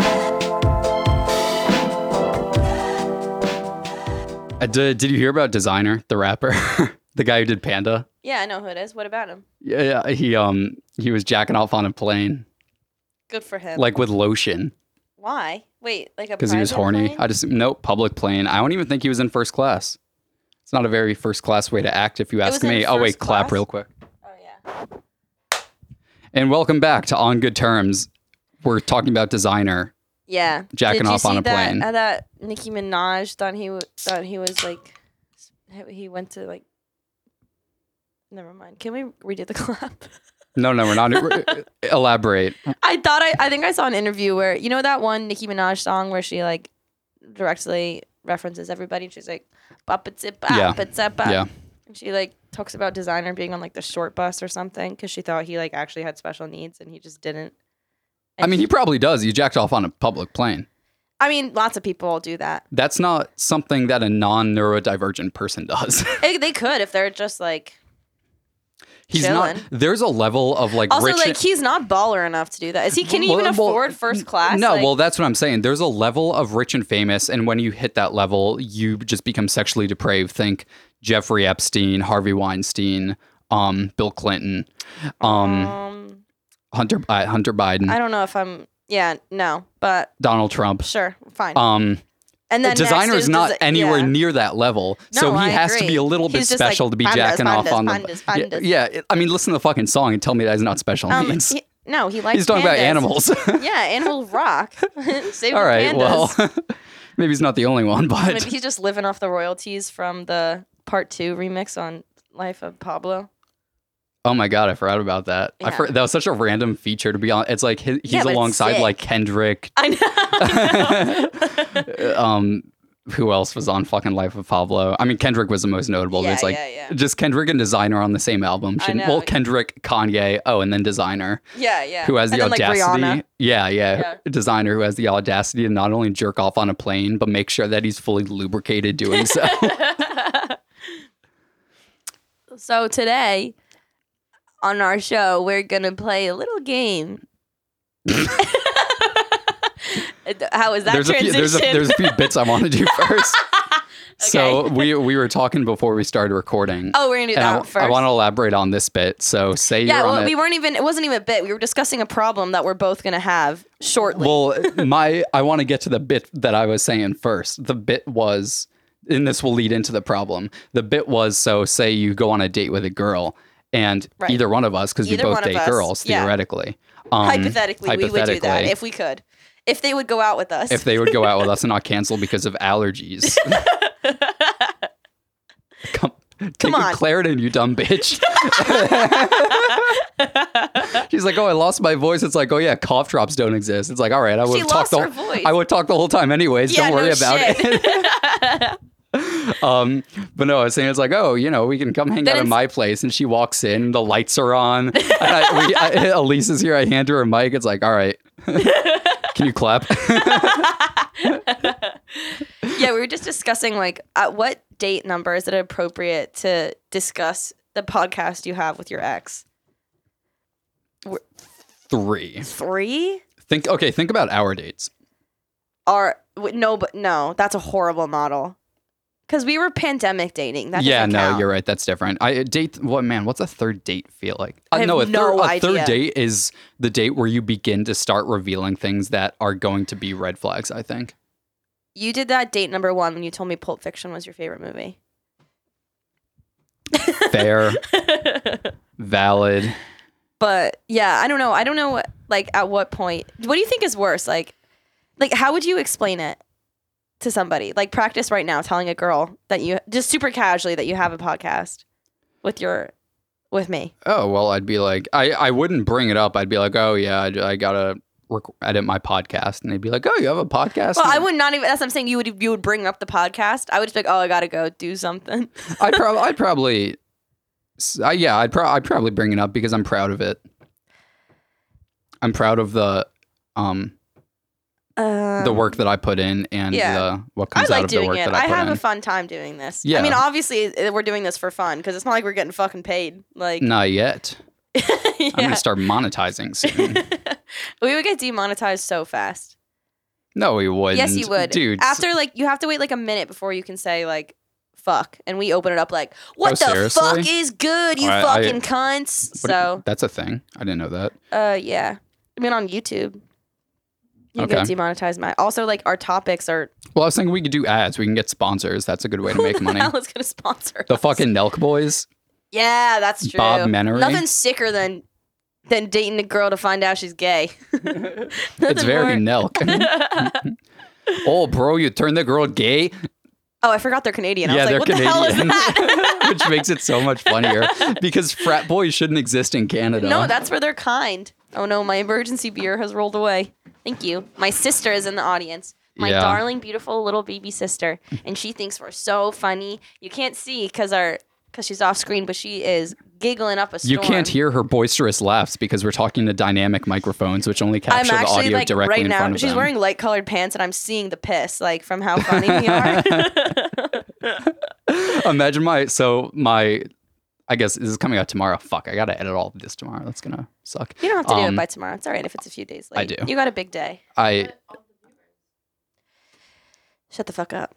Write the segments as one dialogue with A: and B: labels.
A: did, Uh, did you hear about Designer, the rapper, the guy who did Panda?
B: Yeah, I know who it is. What about him?
A: Yeah, yeah, he um he was jacking off on a plane,
B: Good for him.
A: like with lotion,
B: why? Wait, like a
A: because he was
B: private
A: horny.
B: plane?
A: I just nope, public plane. I don't even think he was in first class. It's not a very first class way to act, if you ask
B: was in
A: me. Oh wait,
B: first
A: clap
B: class?
A: real quick.
B: oh yeah.
A: And welcome back to On Good Terms. We're talking about Designer.
B: Yeah.
A: Jacking
B: Did you
A: off on
B: see
A: a
B: that-
A: plane.
B: uh, that Nicki Minaj thought he w- thought he was like he went to like. Never mind. Can we redo the clap?
A: No, no, we're not. we're- uh, elaborate.
B: I thought I, I think I saw an interview where you know that one Nicki Minaj song where she like directly references everybody and she's like bop it zip
A: Yeah.
B: bop it zip bop.
A: Yeah.
B: And she like talks about designer being on like the short bus or something because she thought he like actually had special needs and he just didn't.
A: I mean, he probably does. He jacked off on a public plane.
B: I mean, lots of people do that.
A: That's not something that a non neurodivergent person does.
B: Eh, they could if they're just like.
A: He's not.
B: Chillin'.
A: There's a level of like
B: Also,
A: rich.
B: like he's not baller enough to do that. Is he? Can he even
A: Well, well,
B: afford first class?
A: no,
B: Like,
A: well, that's what I'm saying. There's a level of rich and famous, and when you hit that level, you just become sexually depraved. Think Jeffrey Epstein, Harvey Weinstein, um, Bill Clinton, um,
B: um,
A: Hunter uh, Hunter Biden,
B: I don't know if I'm. Yeah, no, but
A: Donald Trump.
B: sure, fine.
A: Um,
B: and then next
A: designer is not
B: desi-
A: anywhere
B: yeah.
A: near that level. so
B: No,
A: he
B: I
A: has to
B: agree.
A: be a little bit
B: He's just like,
A: special to be
B: pandas,
A: jacking off
B: pandas,
A: on
B: pandas,
A: the. Yeah,
B: pandas.
A: Yeah, it- I mean, listen to the fucking song and tell me that is not special
B: Um,
A: needs.
B: he- no, he likes.
A: He's talking about
B: pandas.
A: animals.
B: yeah, animal rock. Save
A: All
B: the
A: right,
B: pandas.
A: well, maybe he's not the only one,
B: Maybe
A: but
B: he's just living off the royalties from the part two remix on Life of Pablo.
A: oh my god, I forgot about that. I
B: Yeah.
A: for, that was such a random feature to be on. It's like he, he's
B: Yeah, but it's
A: alongside
B: sick.
A: like Kendrick.
B: I know. I know.
A: um, who else was on fucking Life of Pablo? I mean, Kendrick was the most notable. but
B: yeah,
A: it's like
B: yeah, yeah,
A: just Kendrick and Designer on the same album.
B: I
A: Shouldn't,
B: know.
A: well, Kendrick, Kanye, oh, and then Designer.
B: yeah, yeah.
A: who has the
B: and then,
A: audacity
B: Like, Rihanna.
A: yeah, yeah
B: Yeah.
A: designer who has the audacity to not only jerk off on a plane but make sure that he's fully lubricated doing so
B: so today on our show, we're gonna play a little game. How is that
A: there's a few
B: transition?
A: there's a, there's a few bits i want to do first so
B: Okay.
A: we we were talking before we started recording
B: oh, we're gonna do
A: and
B: that
A: I,
B: one first.
A: want to elaborate on this bit so say
B: yeah,
A: you're on
B: well,
A: it
B: we weren't even. It wasn't even a bit. We were discussing a problem that we're both gonna have shortly.
A: well my i want to get to the bit that i was saying first the bit was and this will lead into the problem the bit was so say you go on a date with a girl and
B: Right.
A: either one of us because we
B: Either
A: both
B: one of
A: date
B: us,
A: girls
B: yeah.
A: theoretically um,
B: hypothetically, we would do that
A: hypothetically,
B: if we could, if they would go out with us.
A: if they would go out with us and not cancel because of allergies come Take
B: Come
A: a
B: on.
A: Claritin, you dumb bitch. She's like, oh, I lost my voice. It's like, oh yeah, cough drops don't exist. It's like, all right, I would
B: she
A: have talked
B: lost
A: the
B: her voice.
A: I would talk the whole time anyways.
B: Yeah,
A: Don't worry
B: no
A: about
B: shit.
A: it. um, but no, I was saying it's like, oh, you know, we can come hang
B: Then
A: out at
B: it's-
A: my place. And she walks in, the lights are on. And I, we, I, Elise is here. I hand her a mic. It's like, all right, can you clap?
B: yeah, we were just discussing like at what date number is it appropriate to discuss the podcast you have with your ex?
A: Three.
B: Three
A: Think. Okay, think about our dates.
B: are wait, no, but no, that's a horrible model. Because we were pandemic dating. That
A: yeah,
B: doesn't
A: no,
B: count.
A: you're right. That's different. I uh, date. What man? What's a third date feel like? Uh,
B: I have
A: no, a,
B: no
A: third, a third
B: idea.
A: date is the date where you begin to start revealing things that are going to be red flags. I think.
B: You did that date number one when you told me Pulp Fiction was your favorite movie.
A: Fair, valid.
B: but yeah i don't know i don't know what, like at what point what do you think is worse like like how would you explain it to somebody like practice right now telling a girl that you just super casually that you have a podcast with your with me
A: oh well i'd be like i i wouldn't bring it up i'd be like oh yeah i, I gotta rec- edit my podcast and they'd be like oh you have a podcast
B: well i would not even that's what i'm saying you would you would bring up the podcast i would just be like oh i gotta go do something
A: i probably i'd probably s- I, yeah I'd, pro- I'd probably bring it up because i'm proud of it i'm proud of the um
B: um,
A: the work that i put in and
B: yeah.
A: the, what
B: Um, I
A: comes out
B: like
A: of the
B: doing
A: work
B: it.
A: that
B: I,
A: i put
B: have
A: in
B: a fun time doing this.
A: Yeah.
B: I mean, obviously, uh, we're doing this for fun because it's not like we're getting fucking paid. Like,
A: not yet i'm
B: yeah.
A: gonna start monetizing soon
B: we would get demonetized so fast.
A: no we wouldn't
B: Yes, you would.
A: dude s-
B: After like you have to wait like a minute before you can say like fuck, and we open it up like, what the
A: Oh, seriously?
B: fuck is good, you
A: I- I-
B: fucking cunts.
A: What-
B: So,
A: that's a thing. I didn't know that.
B: uh, yeah, I mean on YouTube, you
A: Okay.
B: can demonetize my. Also, like our topics are
A: Well, I was thinking we could do ads. We can get sponsors. That's a good way to make money.
B: Hell is gonna sponsor
A: The
B: us?
A: fucking Nelk boys.
B: yeah, that's true.
A: Bob Menery.
B: Nothing sicker than than dating a girl to find out she's gay.
A: It's
B: Nothing
A: very
B: more-
A: Nelk. oh, bro, you turned the girl gay.
B: oh, I forgot they're Canadian. I
A: yeah,
B: was
A: they're
B: like, what
A: Canadian,
B: the hell is that?
A: which makes it so much funnier because frat boys shouldn't exist in Canada.
B: No, that's where they're kind. Oh no, my emergency beer has rolled away. Thank you. My sister is in the audience. My
A: Yeah.
B: darling, beautiful little baby sister, and she thinks we're so funny. You can't see because our because she's off screen, but she is giggling up a storm.
A: you can't hear her boisterous laughs because we're talking to dynamic microphones, which only
B: I'm
A: capture the
B: actually
A: audio
B: like
A: directly
B: right
A: in
B: now.
A: front of
B: She's
A: them.
B: wearing light colored pants, and I'm seeing the piss like from how funny we are.
A: Imagine my so my. I guess this is coming out tomorrow. Fuck, I gotta edit all of this tomorrow. That's gonna suck.
B: You don't have to do
A: Um,
B: it by tomorrow. It's all right if it's a few days
A: I
B: late.
A: do.
B: You got a big day.
A: I
B: Shut the fuck up.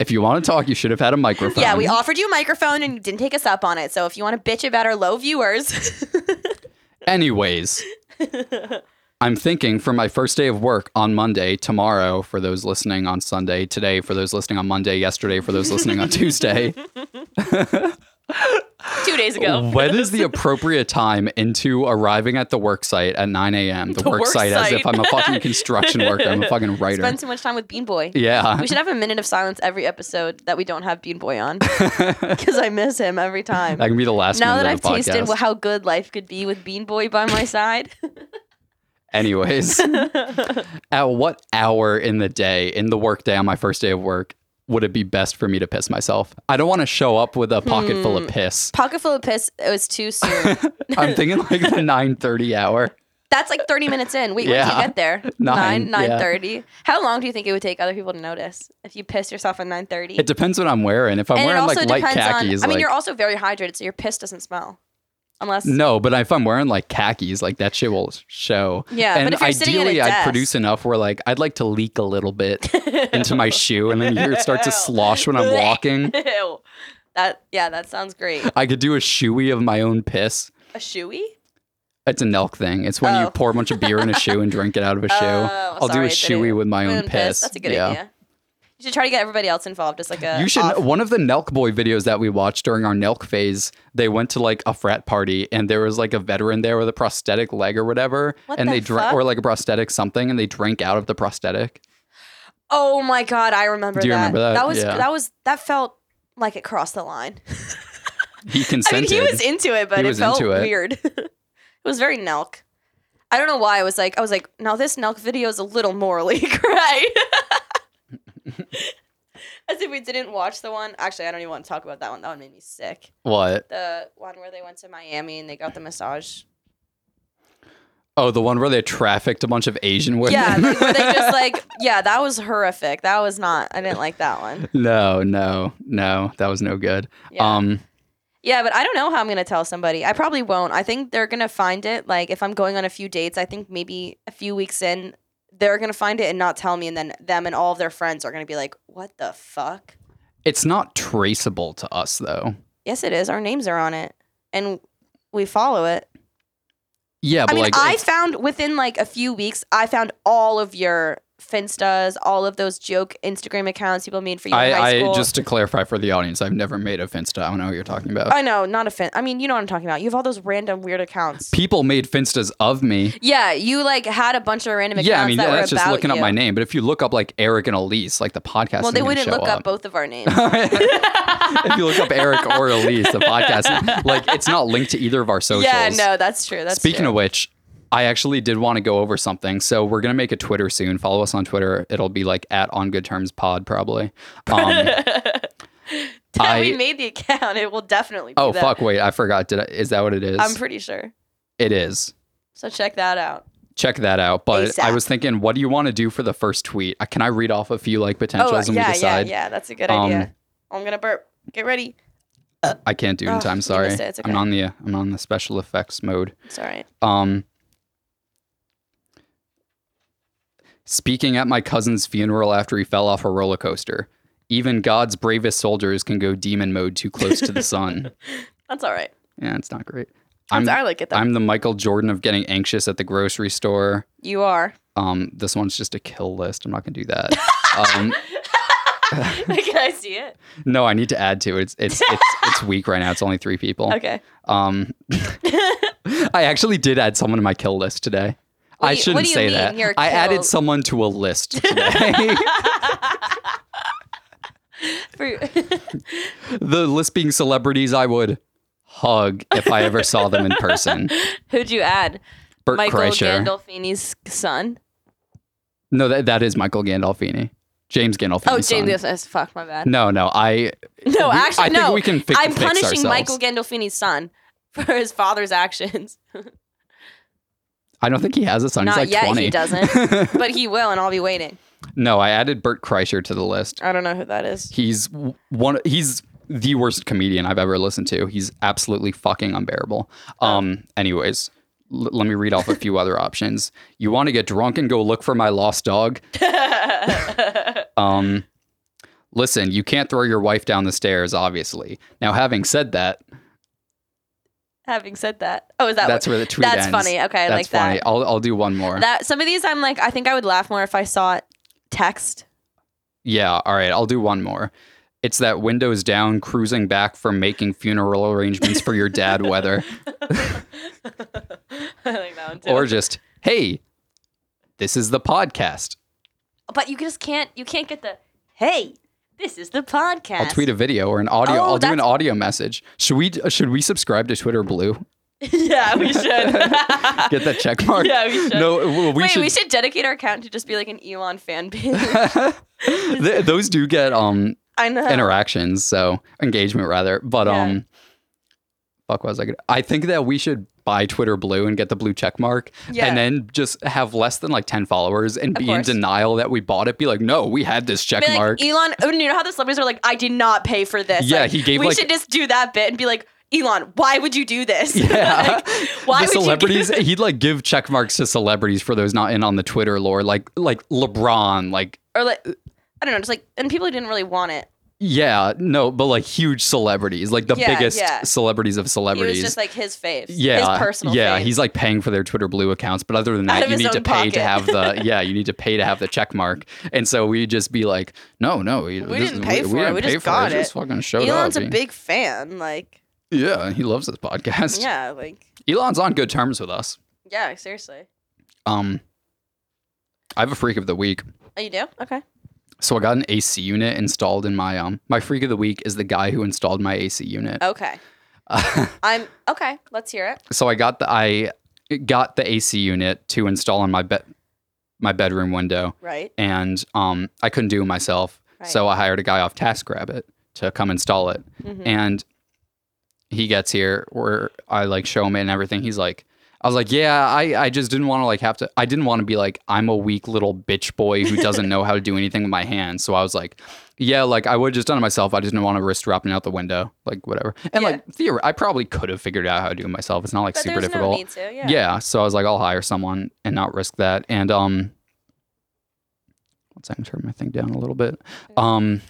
A: if you want to talk, you should have had a microphone.
B: Yeah, we offered you a microphone and you didn't take us up on it. So if you want to bitch about our low viewers,
A: Anyways, I'm thinking for my first day of work on Monday, tomorrow for those listening on Sunday, today for those listening on Monday, yesterday for those listening on Tuesday.
B: two days ago.
A: When is the appropriate time into arriving at the work site at 9 a.m.? The, work,
B: work
A: site, as if
B: site.
A: I'm a fucking construction worker, I'm a fucking writer.
B: Spend so much time with Bean Boy.
A: yeah.
B: We should have a minute of silence every episode that we don't have Bean Boy on because I miss him every time.
A: That can be the last
B: Now
A: minute
B: that
A: of
B: I've
A: the
B: tasted
A: podcast.
B: wh- how good life could be with Bean Boy by my side,
A: Anyways, at what hour in the day, in the workday, on my first day of work, would it be best for me to piss myself? I don't want to show up with a pocket full
B: Hmm.
A: of piss.
B: pocket full of piss. It was too soon.
A: I'm thinking like the 9:30 hour.
B: That's like thirty minutes in. Wait, when did
A: Yeah.
B: you get there?
A: Nine,
B: nine
A: yeah.
B: thirty. How long do you think it would take other people to notice if you pissed yourself at nine thirty?
A: It depends what I'm wearing. If I'm
B: and it
A: wearing
B: also
A: like light
B: depends
A: khakis,
B: on. I mean,
A: like
B: you're also very hydrated, so your piss doesn't smell, unless
A: no, but if I'm wearing like khakis, like that shit will show.
B: Yeah, but
A: and
B: if you're sitting at a
A: ideally, I'd
B: desk-
A: produce enough where like I'd like to leak a little bit into my shoe, and then you start to slosh when I'm walking.
B: Ew. That yeah, that sounds great.
A: I could do a shoey of my own piss.
B: A shoey?
A: It's an elk thing. It's when you
B: Oh.
A: pour a bunch of beer in a shoe and drink it out of a shoe.
B: Oh,
A: I'll do
B: sorry,
A: a
B: I didn't-
A: shoey with my own piss.
B: That's a good
A: Yeah.
B: idea. You should try to get everybody else involved. Just like a
A: You should.
B: off-
A: One of the Nelk Boy videos that we watched during our Nelk phase, they went to like a frat party and there was like a veteran there with a prosthetic leg or whatever,
B: What
A: and
B: the
A: they drank
B: fuck?
A: or like a prosthetic something, and they drank out of the prosthetic.
B: Oh my god, I remember.
A: Do you
B: that.
A: remember that?
B: That was
A: Yeah.
B: that was that felt like it crossed the line.
A: He
B: I mean,
A: consented.
B: he was into it, but
A: He
B: it
A: was
B: felt
A: into it.
B: weird. it was very Nelk. I don't know why I was like, I was like, now this Nelk video is a little morally gray. As if we didn't watch the one. Actually, I don't even want to talk about that one. That one made me sick.
A: what?
B: The one where they went to Miami and they got the massage.
A: Oh, the one where they trafficked a bunch of Asian women.
B: Yeah, like, where they just like, yeah, that was horrific. That was not. I didn't like that one.
A: no, no, no. That was no good.
B: Yeah.
A: Um,
B: Yeah, but I don't know how I'm gonna tell somebody. I probably won't. I think they're gonna find it. Like if I'm going on a few dates, I think maybe a few weeks in, they're gonna find it and not tell me, and then them and all of their friends are gonna be like, "What the fuck?"
A: it's not traceable to us though.
B: Yes, it is. Our names are on it, and we follow it.
A: Yeah,
B: I
A: but
B: mean,
A: like
B: I
A: it's-
B: found within like a few weeks, I found all of your finstas, all of those joke Instagram accounts people made for you in high
A: I,
B: school.
A: I just to clarify for the audience, I've never made a Finsta. I don't know what you're talking about.
B: I know, not a fin. I mean, you know what I'm talking about. You have all those random weird accounts.
A: People made Finstas of me.
B: Yeah, you like had a bunch of random accounts
A: yeah, I mean,
B: that
A: yeah,
B: were
A: that's just
B: about
A: looking
B: you.
A: up my name. But if you look up like Eric and Elise, like the podcast,
B: Well, they
A: isn't gonna
B: wouldn't
A: show
B: look up. both of our names.
A: if you look up Eric or Elise, the podcast, like it's not linked to either of our socials.
B: yeah, no, that's true. That's
A: Speaking
B: true.
A: of which, I actually did want to go over something. So we're gonna make a Twitter soon. Follow us on Twitter. It'll be like at On Good Terms Pod probably. Um,
B: That we
A: I-
B: made the account. It will definitely. Be
A: oh
B: that.
A: fuck, wait, I forgot. Did I, is that what it is?
B: I'm pretty sure.
A: it is.
B: So check that out.
A: Check that out. But I
B: ASAP.
A: was thinking, what do you want to do for the first tweet? Uh, Can I read off a few like potentials
B: Oh
A: and we
B: yeah, yeah,
A: decide?
B: yeah. That's a good
A: Um,
B: idea. I'm gonna burp. Get ready.
A: I can't do it in
B: Ugh,
A: time.
B: you
A: Sorry,
B: missed it. It's
A: I'm
B: okay.
A: on the uh, I'm on the special effects mode.
B: It's all right.
A: Um, speaking at my cousin's funeral after he fell off a roller coaster. Even God's bravest soldiers can go demon mode too close to the sun.
B: That's all right.
A: yeah, it's not great.
B: That's-
A: I'm
B: I like it though.
A: I'm the Michael Jordan of getting anxious at the grocery store.
B: you are.
A: Um, this one's just a kill list. I'm not gonna do that. um,
B: Can I see it?
A: no, I need to add to it. It's it's it's, it's weak right now. It's only three people.
B: Okay.
A: Um, I actually did add someone to my kill list today.
B: What
A: I
B: do you- what
A: shouldn't
B: do you
A: say
B: mean
A: that.
B: you're
A: I added
B: killed?
A: someone to a list today.
B: For-
A: the list being celebrities I would hug if I ever saw them in person.
B: Who'd you add?
A: Bert
B: Michael
A: Kreischer.
B: Gandolfini's son.
A: No, that, that is Michael Gandolfini. James Gandolfini.
B: Oh, James. Gandolfini. Fuck my bad.
A: No, no, I.
B: No,
A: we-
B: actually,
A: I think
B: no.
A: we can fix,
B: I'm
A: fix
B: punishing
A: ourselves.
B: Michael Gandolfini's son for his father's actions.
A: I don't think he has a son.
B: Not
A: He's like
B: yet,
A: 20.
B: he doesn't, but he will, and I'll be waiting.
A: No, I added Bert Kreischer to the list.
B: I don't know who that is.
A: He's w- one. He's the worst comedian I've ever listened to. He's absolutely fucking unbearable.
B: Oh.
A: Um. Anyways, l- let me read off a few other options. You want to get drunk and go look for my lost dog? Um. Listen, you can't throw your wife down the stairs, obviously. Now, having said that,
B: Having said that, oh, is that
A: that's where the tweet
B: that's
A: ends.
B: funny. Okay, I
A: that's
B: like that.
A: funny. I'll, I'll do one more.
B: That some of these, I'm like, I think I would laugh more if I saw it text.
A: Yeah, all right, I'll do one more. It's that windows down, cruising back from making funeral arrangements for your dad weather,
B: I like that one too.
A: or just, hey, this is the podcast.
B: but you just can't. You can't get the hey. This is the podcast.
A: I'll tweet a video or an audio.
B: Oh,
A: I'll do an
B: that's-
A: audio message. Should we uh, should we subscribe to Twitter Blue?
B: yeah, we should.
A: Get that check mark.
B: Yeah, we should.
A: No, w- we
B: Wait,
A: should.
B: we should dedicate our account to just be like an Elon fan page.
A: Th- those do get um
B: I know.
A: interactions, so engagement rather. But
B: Oh. Yeah.
A: um, fuck, what was I? Gonna, I think that we should buy Twitter Blue and get the blue check mark,
B: Yeah.
A: and then just have less than like ten followers and
B: Of
A: be
B: course.
A: in denial that we bought it. Be like, no, we had this check
B: Be like,
A: mark.
B: Elon, oh, you know how the celebrities are like, I did not pay for this.
A: Yeah,
B: Like,
A: he gave,
B: We
A: like-
B: should just do that bit and be like, Elon, why would you do this?
A: yeah,
B: Like,
A: the
B: why would you do
A: celebrities. he'd like give check marks to celebrities for those not in on the Twitter lore, like like LeBron, like
B: or like, I don't know, just like, and people who didn't really want it.
A: yeah, no, but like huge celebrities, like the
B: Yeah,
A: biggest
B: yeah.
A: celebrities of
B: It was
A: celebrities.
B: just like his fave.
A: yeah
B: his personal.
A: yeah
B: fave.
A: he's like paying for their twitter blue accounts but other than
B: Out
A: that
B: of
A: you
B: his
A: need to
B: own
A: pay to
B: pocket.
A: have the yeah you need to pay to have the check mark and so we just be like no no we,
B: didn't pay for it, we just got it.
A: just fucking showed
B: Elon's
A: up
B: a big fan. Like,
A: yeah he loves this podcast
B: yeah, like,
A: elon's on good terms with us
B: yeah, seriously.
A: um i have a freak of the week
B: Oh, you do? Okay.
A: so i got an ac unit installed in my um my freak of the week is the guy who installed my ac unit
B: Okay. I'm okay. Let's hear it.
A: so I got the I got the AC unit to install on my bed my bedroom window,
B: Right.
A: and um I couldn't do it myself,
B: Right.
A: so I hired a guy off TaskRabbit to come install it,
B: Mhm.
A: and he gets here where I like show him it and everything. He's like. I was like, yeah, I, I just didn't want to like have to. I didn't want to be like I'm a weak little bitch boy who doesn't know how to do anything with my hands. So I was like, yeah, like I would have just done it myself. I just didn't want to risk dropping out the window, like whatever. And
B: Yeah.
A: like theory, I probably could have figured out how to do it myself. It's not like
B: But
A: super
B: there's
A: difficult
B: no need to. Yeah.
A: yeah so i was like i'll hire someone and not risk that and um one second turn my thing down a little bit um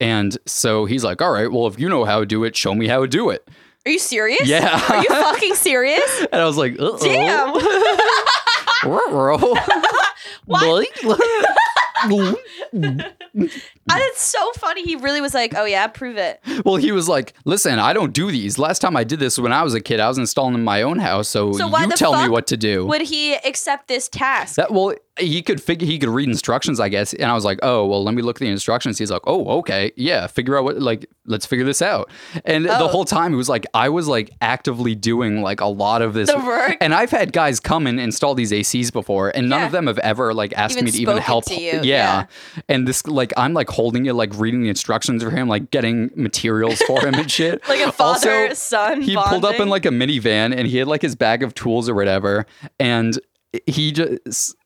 A: and so he's like all right well if you know how to do it show me how to do it
B: Are you serious?
A: yeah Oh.
B: Are you fucking serious?
A: and i was like Uh-oh.
B: Damn.
A: Ruh-roh.
B: What?
A: Boing.
B: And it's so funny. He really was like, "Oh yeah, prove it."
A: well he was like listen i don't do these last time i did this when i was a kid i was installing in my own house so,
B: So why
A: you
B: the
A: tell me
B: fuck
A: what to do
B: Would he accept this task?
A: That well, he could figure he could read instructions, I guess. And I was like, oh well, let me look at the instructions. He's like, oh okay, yeah, figure out what like let's figure this out. And the
B: Oh.
A: whole time it was like I was like actively doing like a lot of this
B: The work?
A: And I've had guys come and install these ACs before, and none
B: Yeah.
A: of them have ever like asked
B: Even
A: me to even
B: spoken
A: help.
B: to you,
A: Yeah.
B: yeah.
A: and this like I'm like holding it, like reading the instructions for him, like getting materials for him and shit.
B: like a father son.
A: He pulled up in
B: bonding?
A: like a minivan and he had like his bag of tools or whatever. And he just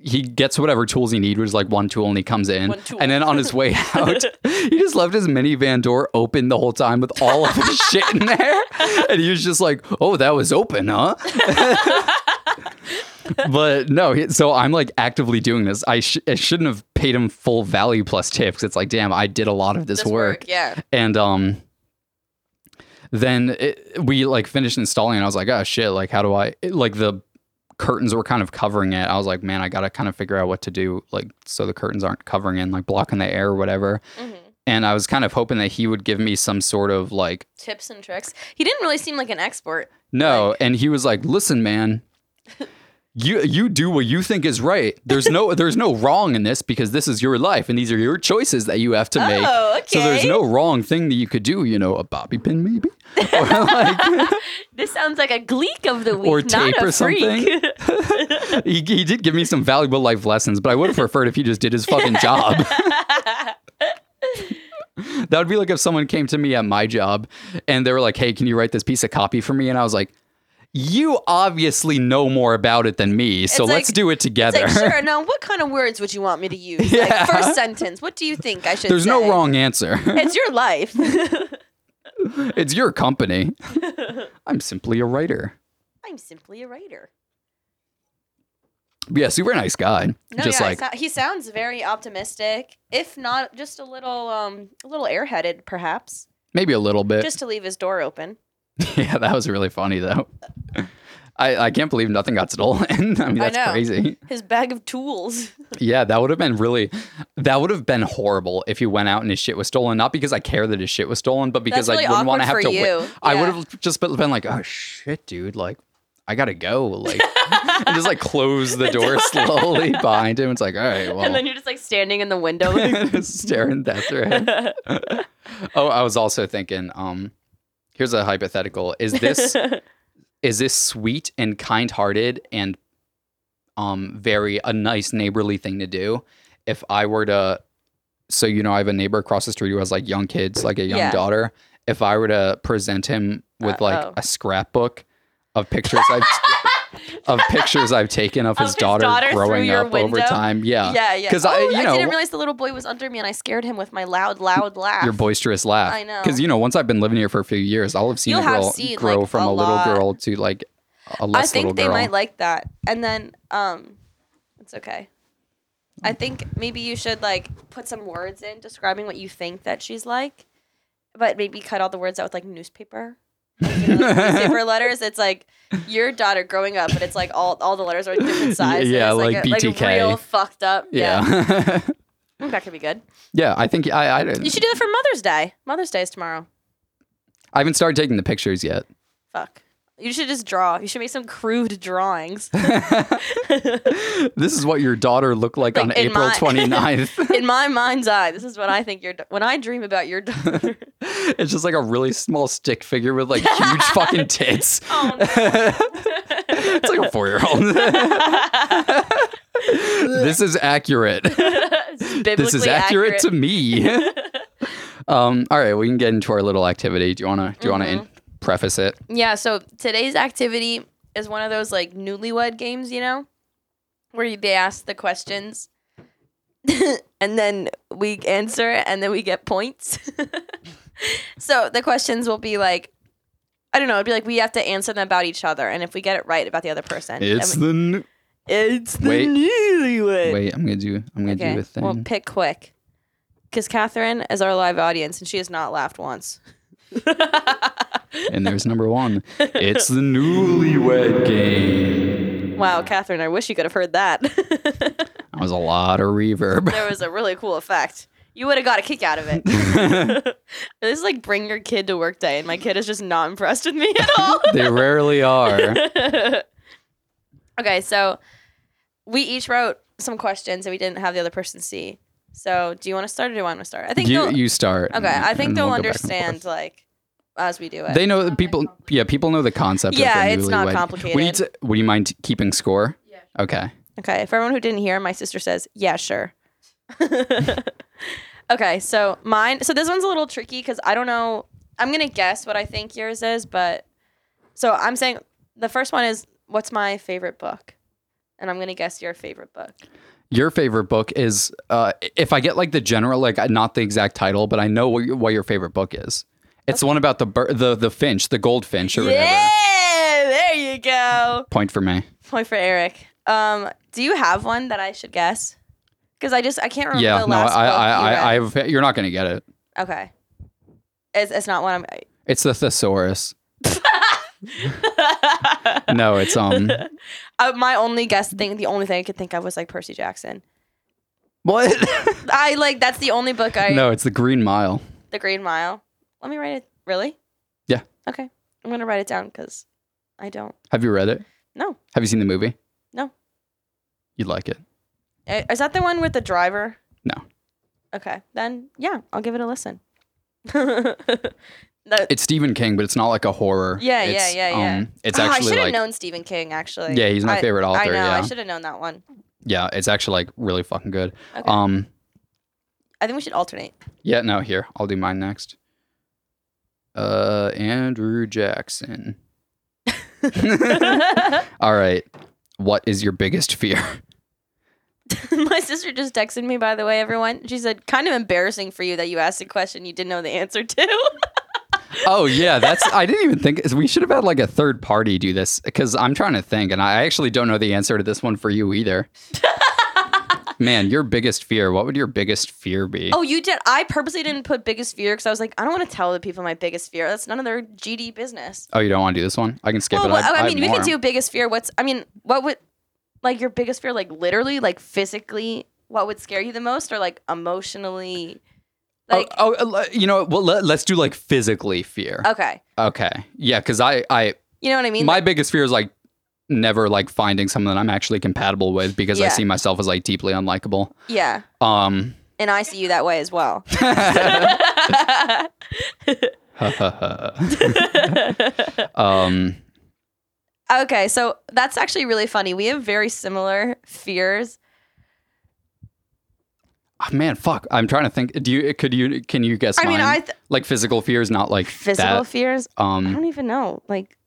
A: he gets whatever tools he needed, which is like one tool, and he comes in.
B: One tool.
A: And then on his way out, he just left his minivan door open the whole time with all of his shit in there. And he was just like, "Oh, that was open, huh?" but no, he- so I'm like actively doing this. I, sh- I shouldn't have paid him full value plus tips. It's like, damn, I did a lot of this, work.
B: Yeah.
A: And um, then it, we like finished installing, and I was like, oh shit, like how do I it- like the curtains were kind of covering it. I was like, man, I gotta kind of figure out what to do, like so the curtains aren't covering in, like blocking the air or whatever.
B: Mhm.
A: And I was kind of hoping that he would give me some sort of like
B: Tips and tricks. He didn't really seem like an expert.
A: no, and he was like, "Listen, man, you you do what you think is right. There's no there's no wrong in this because this is your life and these are your choices that you have to make.
B: Oh,
A: So there's
B: okay.
A: no wrong thing that you could do. You know, a bobby pin maybe, or like
B: This sounds like a gleek of the week,
A: Or tape
B: not a
A: or something.
B: freak.
A: he, he did give me some valuable life lessons, but I would have preferred if he just did his fucking job. that would be like if someone came to me at my job and they were like, hey, can you write this piece of copy for me? And I was like, you obviously know more about it than me, so
B: It's
A: let's
B: like-
A: do it together.
B: It's like, sure. Now, what kind of words would you want me to use?
A: Yeah.
B: Like, first sentence. What do you think I should
A: There's no
B: say?
A: wrong answer.
B: It's your life.
A: it's your company. I'm simply a writer.
B: I'm simply a writer.
A: But yeah, super nice guy.
B: No,
A: Just
B: yeah,
A: like,
B: so- he sounds very optimistic, if not just a little, um, a little airheaded, perhaps,
A: maybe a little bit.
B: just to leave his door open.
A: yeah, that was really funny, though. I, I can't believe nothing got stolen. I mean,
B: I
A: that's
B: know.
A: crazy.
B: His bag of tools.
A: Yeah, that would have been really, that would have been horrible if he went out and his shit was stolen. Not because I care that his shit was stolen, but because
B: That's really
A: I wouldn't want to
B: awkward
A: have
B: for
A: to. wait.
B: you.
A: I
B: Yeah.
A: would have just been been like, oh shit, dude, like I gotta go, like, and just like close the, door, slowly behind him. It's like, all right, well,
B: And then you're just like standing in the window. like,
A: staring death through oh, I was also thinking, um, here's a hypothetical: is this uh, is this sweet and kind-hearted and um very a nice neighborly thing to do if i were to so you know i have a neighbor across the street who has like young kids like a young
B: Yeah.
A: daughter if i were to present him with like
B: Uh-oh.
A: a scrapbook of pictures i've of pictures i've taken of,
B: Of
A: his
B: his
A: daughter,
B: daughter through
A: growing
B: your
A: up over
B: window?
A: time yeah,
B: yeah, yeah.
A: 'Cause I-
B: Oh,
A: you
B: I
A: know-
B: didn't realize the little boy was under me, and I scared him with my loud, loud laugh.
A: your boisterous laugh
B: I know.
A: because you know once i've been living here for a few years i'll have seen
B: You'll
A: a
B: have
A: girl
B: seen,
A: grow
B: like,
A: from
B: a
A: a, little
B: lot.
A: girl to like a
B: I
A: less
B: think
A: little
B: they
A: girl
B: might like that. And then, um, it's okay. I think maybe you should like put some words in describing what you think that she's like, but maybe cut all the words out with like newspaper. Like, you know, like, newspaper letters. It's like your daughter growing up, but it's like all all the letters are different sizes.
A: yeah,
B: It's
A: like
B: a-
A: BTK.
B: real fucked up. Yeah,
A: yeah.
B: I think that could be good.
A: Yeah, I think I I,
B: You should do that for Mother's Day. Mother's Day is tomorrow.
A: I haven't started taking the pictures yet.
B: Fuck. You should just draw. You should make some crude drawings.
A: This is what your daughter looked like,
B: Like,
A: on
B: in
A: April
B: my-
A: 29th.
B: in my mind's eye, this is what I think your da- when I dream about your daughter.
A: it's just like a really small stick figure with like huge fucking tits.
B: oh, no.
A: It's like a four year old. this is accurate.
B: It's biblically
A: This is accurate, to me. um, all right, we can get into our little activity. Do you wanna do you wanna
B: Mm-hmm.
A: in- preface it?
B: yeah. So today's activity is one of those like newlywed games, you know, where you- they ask the questions. and then we answer and then we get points. so the questions will be like I don't know, it'd be like we have to answer them about each other and if we get it right about the other person. then
A: It's
B: we-
A: the new-
B: it's the
A: Wait.
B: newlywed.
A: wait. I'm gonna do I'm gonna do a thing.
B: Well, pick quick. Because Catherine is our live audience and she has not laughed once.
A: and there's number one. It's the newlywed game.
B: Wow, Catherine, I wish you could have heard that.
A: That was a lot of reverb.
B: there was a really cool effect. You would have got a kick out of it. this is like bring your kid to work day, and my kid is just not impressed with me at all.
A: they rarely are.
B: okay, so we each wrote some questions and we didn't have the other person see. So do you want to start or do I want to start? I think
A: You
B: they'll,
A: you start.
B: okay. I think
A: and
B: they'll
A: we'll go back and
B: understand like as we do
A: forth.
B: it.
A: They know that people. Yeah, people know the concept.
B: Yeah,
A: of the
B: it's not
A: newlywed-
B: complicated.
A: We need to. Would you mind keeping score? Yeah. Okay.
B: Okay, for everyone who didn't hear, my sister says, "Yeah, sure." okay, so mine. So this one's a little tricky because I don't know. I'm gonna guess what I think yours is, but so I'm saying the first one is, "What's my favorite book?" And I'm gonna guess your favorite book.
A: Your favorite book is. Uh, if I get like the general, like uh, not the exact title, but I know what, your- what your favorite book is. It's the one about the bir- the the finch, the goldfinch or whatever.
B: Yeah, there you go.
A: Point for me.
B: Point for Eric. Um, do you have one that I should guess? Because I just I can't remember
A: yeah,
B: the
A: no,
B: last
A: I,
B: book you
A: I,
B: read.
A: I, I've, you're not gonna get it.
B: Okay. It's, it's not one
A: It's the thesaurus.
B: I'm.
A: No, it's um.
B: uh, my only guess thing, the only thing I could think of was like Percy Jackson.
A: what?
B: I like that's the only book I.
A: no, it's the Green Mile.
B: The Green Mile. Let me write it. Really?
A: Yeah.
B: Okay. I'm gonna write it down because I don't.
A: Have you read it?
B: No.
A: Have you seen the movie?
B: No.
A: You'd like it.
B: I- Is that the one with the driver?
A: No.
B: Okay. Then yeah, I'll give it a listen. The-
A: It's Stephen King, but it's not like a horror.
B: Yeah, yeah,
A: It's,
B: yeah, yeah.
A: Um, it's
B: Oh, I
A: actually
B: should have
A: like
B: known Stephen King actually.
A: yeah, he's my
B: I-
A: favorite author.
B: I know.
A: yeah,
B: I should have known that one.
A: yeah, it's actually like really fucking good.
B: Okay.
A: Um,
B: I think we should alternate.
A: yeah, no, here I'll do mine next. Uh, Andrew Jackson.
B: my
A: All right, what is your biggest fear?
B: sister just texted me, by the way, everyone. She said, kind of embarrassing for you that you asked a question you didn't know the answer to.
A: oh yeah, that's I didn't even think we should have had like a third party do this because I'm trying to think, and I actually don't know the answer to this one for you either. Man, your biggest fear. What would your biggest fear be?
B: oh, you did. I purposely didn't put biggest fear because I was like, I don't want to tell the people my biggest fear. That's none of their GD business.
A: Oh, you don't want to do this one? I can skip
B: well,
A: it.
B: I, I
A: have
B: mean, we
A: more.
B: could do biggest fear. What's, I mean, what would, like, your biggest fear, like, literally, like, physically, what would scare you the most or, like, emotionally? Like,
A: oh, oh, uh, you know, well, let, let's do like physically fear.
B: okay.
A: Okay, yeah, because I, I,
B: You know what I Oh. mean?
A: my biggest fear is like never like finding someone that I'm actually compatible with because I
B: Yeah.
A: see myself as like deeply unlikable.
B: yeah.
A: Um,
B: And I see you that way as well.
A: um,
B: Okay, so that's actually really funny. We have very similar fears.
A: oh, man, fuck, I'm trying to think. Do you? Could you? Can you guess?
B: I mean,
A: mine?
B: I th-
A: like physical fears, not like
B: physical
A: That.
B: fears. I
A: Um,
B: don't even know. Like,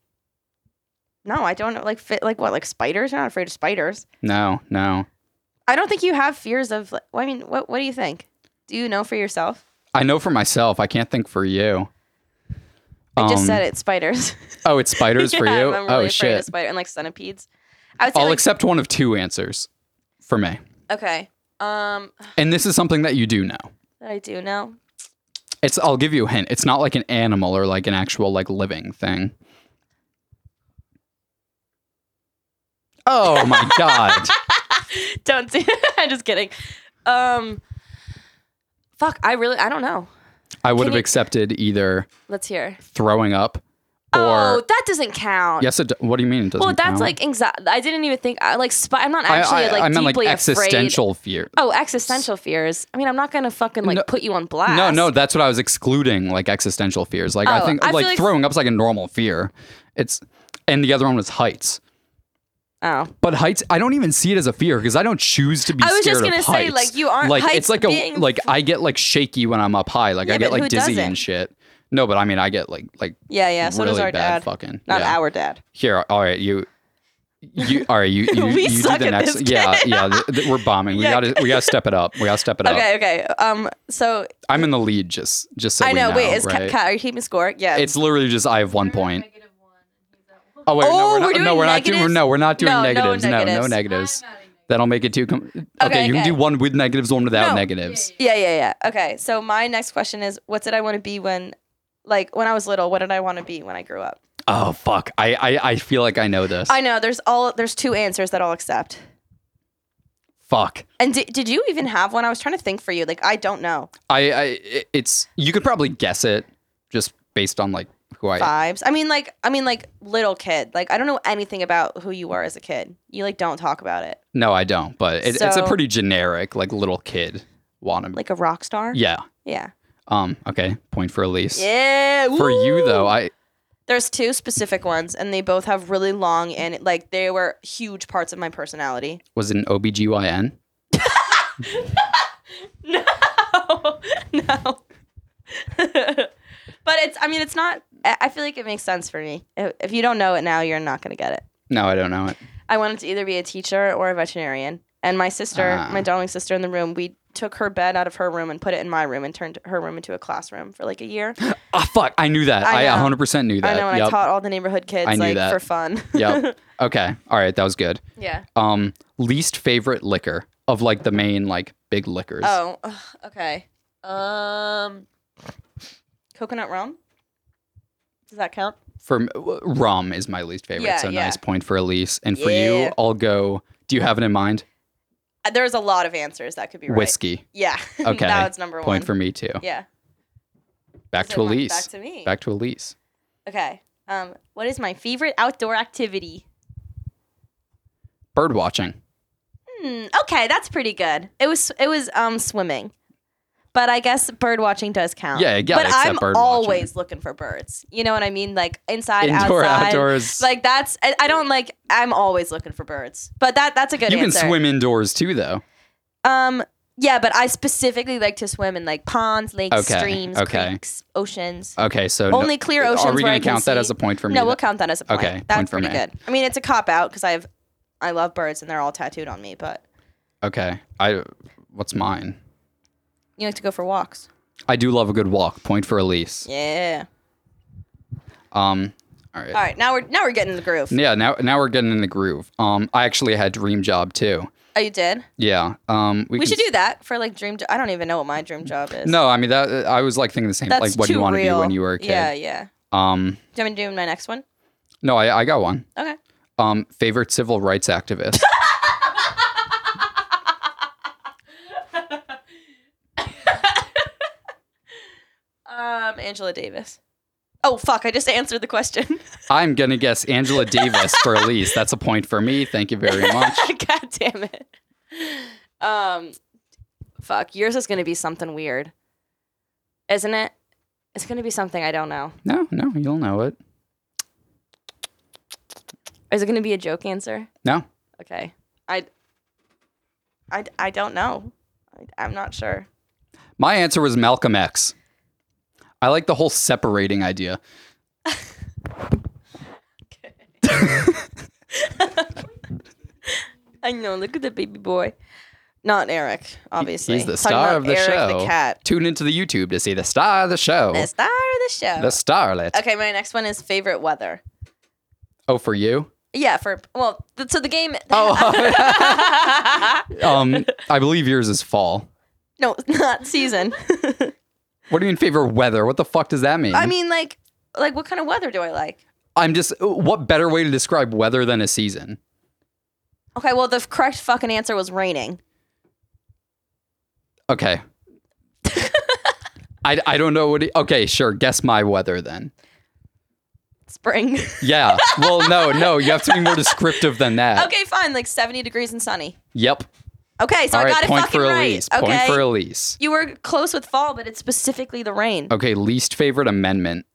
B: no, I don't know. Like, fit, like what? Like spiders? You're not afraid of spiders.
A: no, no.
B: I don't think you have fears of. like- Well, I mean, what? What do you think? Do you know for yourself?
A: I know for myself. I can't think for you.
B: I just
A: Um,
B: said it. Spiders.
A: Oh, it's spiders for you.
B: Yeah, I'm really
A: oh
B: afraid of
A: shit!
B: spider and like centipedes. I would say.
A: I'll
B: like,
A: accept one of two answers for me.
B: okay. Um,
A: And this is something that you do know.
B: that I do know.
A: It's I'll give you a hint. It's not like an animal or like an actual like living thing. Oh my god.
B: don't do. I'm just kidding. Um, fuck. I really. I don't know.
A: I would
B: Can
A: have
B: you-
A: accepted either
B: Let's hear.
A: throwing up or
B: oh, that doesn't count.
A: Yes, it, do- what do you mean it doesn't
B: Well, that's
A: count?
B: like anxiety. I didn't even think. I like. Spi- I'm not
A: I-
B: actually
A: I,
B: like
A: I meant like
B: deeply afraid.
A: existential fear.
B: Oh, existential fears. I mean, I'm not gonna fucking like
A: No-
B: put you on blast.
A: No, no, that's what I was excluding like existential fears. Like I
B: Oh,
A: think
B: I feel
A: like
B: like-
A: throwing up's like a normal fear. It's and the other one was heights.
B: Oh,
A: But heights, I don't even see it as a fear because I don't choose to be.
B: I was
A: scared
B: just
A: of
B: gonna say,
A: heights.
B: like, you aren't
A: Like
B: heights
A: it's like a
B: being-
A: like I get like shaky when I'm up high. Like
B: Yeah,
A: I get
B: but
A: like
B: who
A: dizzy
B: doesn't?
A: and shit. No, but I mean I get like like
B: yeah, yeah. So
A: really
B: does our
A: bad
B: dad.
A: fucking.
B: Not
A: yeah.
B: our dad.
A: Here, all right, you. You all right? You you,
B: We
A: you do
B: suck
A: the
B: at
A: next.
B: this
A: yeah,
B: game.
A: yeah. th- th- we're bombing.
B: Yeah.
A: We gotta we gotta step it up. We gotta step it up.
B: Okay, okay. Um, so
A: I'm in the lead. Just just so
B: I
A: we
B: know. Wait, is
A: right?
B: Kat, Kat, are you keeping score? Yeah.
A: It's literally just I have one point. Oh wait,
B: Oh,
A: no, we're
B: we're
A: not. no,
B: doing
A: we're not
B: negatives?
A: doing. No, we're not doing
B: No, no
A: negatives. No, no
B: negatives.
A: negatives. That'll make it two. Com- okay,
B: Okay,
A: you can
B: okay.
A: do one with negatives, one without
B: No.
A: negatives.
B: yeah, yeah, yeah. Okay. So my next question is, what did I want to be when, like, when I was little? What did I want to be when I grew up?
A: Oh fuck! I, I I feel like I know this.
B: I know. There's all. There's two answers that I'll accept.
A: fuck.
B: And di- did you even have one? I was trying to think for you. Like, I don't know.
A: I I it- it's you could probably guess it just based on like who I.
B: vibes. I mean, like, I mean, like, little kid. Like, I don't know anything about who you were as a kid. You like don't talk about it.
A: No, I don't. But it, it's a
B: So-
A: pretty generic like little kid wannabe.
B: Like a rock star.
A: yeah.
B: Yeah.
A: Um. Okay. Point for Elise.
B: Yeah.
A: For you
B: woo!
A: though, I
B: there's two specific ones, and they both have really long and like they were huge parts of my personality.
A: was it an OBGYN.
B: No, no. but it's. I mean, it's not. I I feel like it makes sense for me. If if you don't know it now, you're not gonna get it.
A: No, I don't know it.
B: I wanted to either be a teacher or a veterinarian. And my sister,
A: Ah.
B: my darling sister in the room, we took her bed out of her room and put it in my room and turned her room into a classroom for like a year.
A: Ah, fuck. I knew that.
B: I
A: I,
B: know.
A: 100% knew that.
B: I know, and I
A: Yep.
B: taught all the neighborhood kids
A: I knew
B: like
A: that.
B: for fun.
A: yep. Okay. All right. That was good.
B: yeah.
A: Um, least favorite liquor of like the main like big liquors.
B: Oh, ugh, okay. Um, coconut rum. Does that count?
A: For m- w- rum is my least favorite.
B: Yeah,
A: so
B: yeah.
A: nice point for Elise. And for you,
B: Yeah.
A: I'll go. Do you have it in mind?
B: Uh, There's a lot of answers that could be right.
A: Whiskey.
B: Yeah.
A: Okay.
B: that was number
A: Point
B: one.
A: for me too.
B: yeah.
A: Back
B: So
A: to
B: it went
A: Elise.
B: Back to me.
A: Back to Elise.
B: okay. Um, what is my favorite outdoor activity?
A: Bird watching.
B: Hmm, okay, that's pretty good. It was it was um swimming, but I guess bird watching does count.
A: Yeah, you gotta
B: But
A: accept
B: I'm
A: bird watching.
B: always looking for birds. You know what I mean? Like inside,
A: Indoor,
B: outside.
A: outdoors.
B: Like that's I, I don't like. I'm always looking for birds, but that that's a good.
A: you can
B: answer.
A: swim indoors too, though.
B: Um. Yeah, but I specifically like to swim in like ponds, lakes,
A: Okay,
B: streams,
A: okay.
B: creeks, oceans.
A: Okay, so no-
B: Only clear oceans.
A: Are we
B: where I
A: gonna
B: can
A: count that
B: see-
A: as a point for me?
B: No, we'll
A: then?
B: count that as a point.
A: Okay,
B: that's
A: point for
B: pretty
A: me.
B: good. I mean, it's a cop out because I have, I love birds and they're all tattooed on me. But
A: Okay. I. What's mine?
B: you like to go for walks.
A: I do love a good walk. Point for Elise.
B: Yeah.
A: Um. All right.
B: All right, now we're now we're getting in the groove.
A: Yeah. Now now we're getting in the groove. Um. I actually had dream job too.
B: Oh, you did.
A: Yeah. Um.
B: We
A: can
B: should
A: s-
B: do that for like dream. Jo- I don't even know what my dream job is.
A: No, I mean that. I was like thinking the same.
B: that's
A: like, what
B: too
A: do you want to be
B: real.
A: when you were a kid?
B: Yeah, yeah.
A: Um.
B: Do you want me to do my next one?
A: No, I, I got one.
B: Okay.
A: Um. Favorite civil rights activist.
B: Um, Angela Davis. Oh fuck! I just answered the question.
A: I'm gonna guess Angela Davis for Elise. That's a point for me. Thank you very much.
B: God damn it. Um, fuck. Yours is gonna be something weird, isn't it? It's gonna be something I don't know.
A: No, no, you'll know it.
B: Is it gonna be a joke answer?
A: No.
B: Okay. I. I, I don't know. I, I'm not sure.
A: My answer was Malcolm X. I like the whole separating idea.
B: I know. Look at the baby boy. Not Eric, obviously.
A: He's the
B: Talking
A: star
B: about
A: of the
B: Eric
A: show.
B: The cat.
A: Tune into the YouTube to see the star of the show.
B: The star of the show.
A: The starlet.
B: okay, my next one is favorite weather.
A: Oh, for you?
B: Yeah, for well, th- so the game.
A: Oh, um, I believe yours is fall.
B: no, not season.
A: What do you mean favorite weather? What the fuck does that mean?
B: I mean, like, like what kind of weather do I like?
A: I'm just. What better way to describe weather than a season?
B: Okay, well, the f- correct fucking answer was raining.
A: Okay. I, I don't know what. It, okay, sure. Guess my weather then.
B: Spring.
A: Yeah. Well, no, no. You have to be more descriptive than that.
B: okay, fine. Like seventy degrees and sunny.
A: Yep.
B: Okay, so
A: All
B: I
A: right.
B: got it
A: Point
B: fucking
A: for
B: right.
A: Elise.
B: Okay.
A: Point for Elise.
B: you were close with fall, but it's specifically the rain.
A: Okay, least favorite amendment.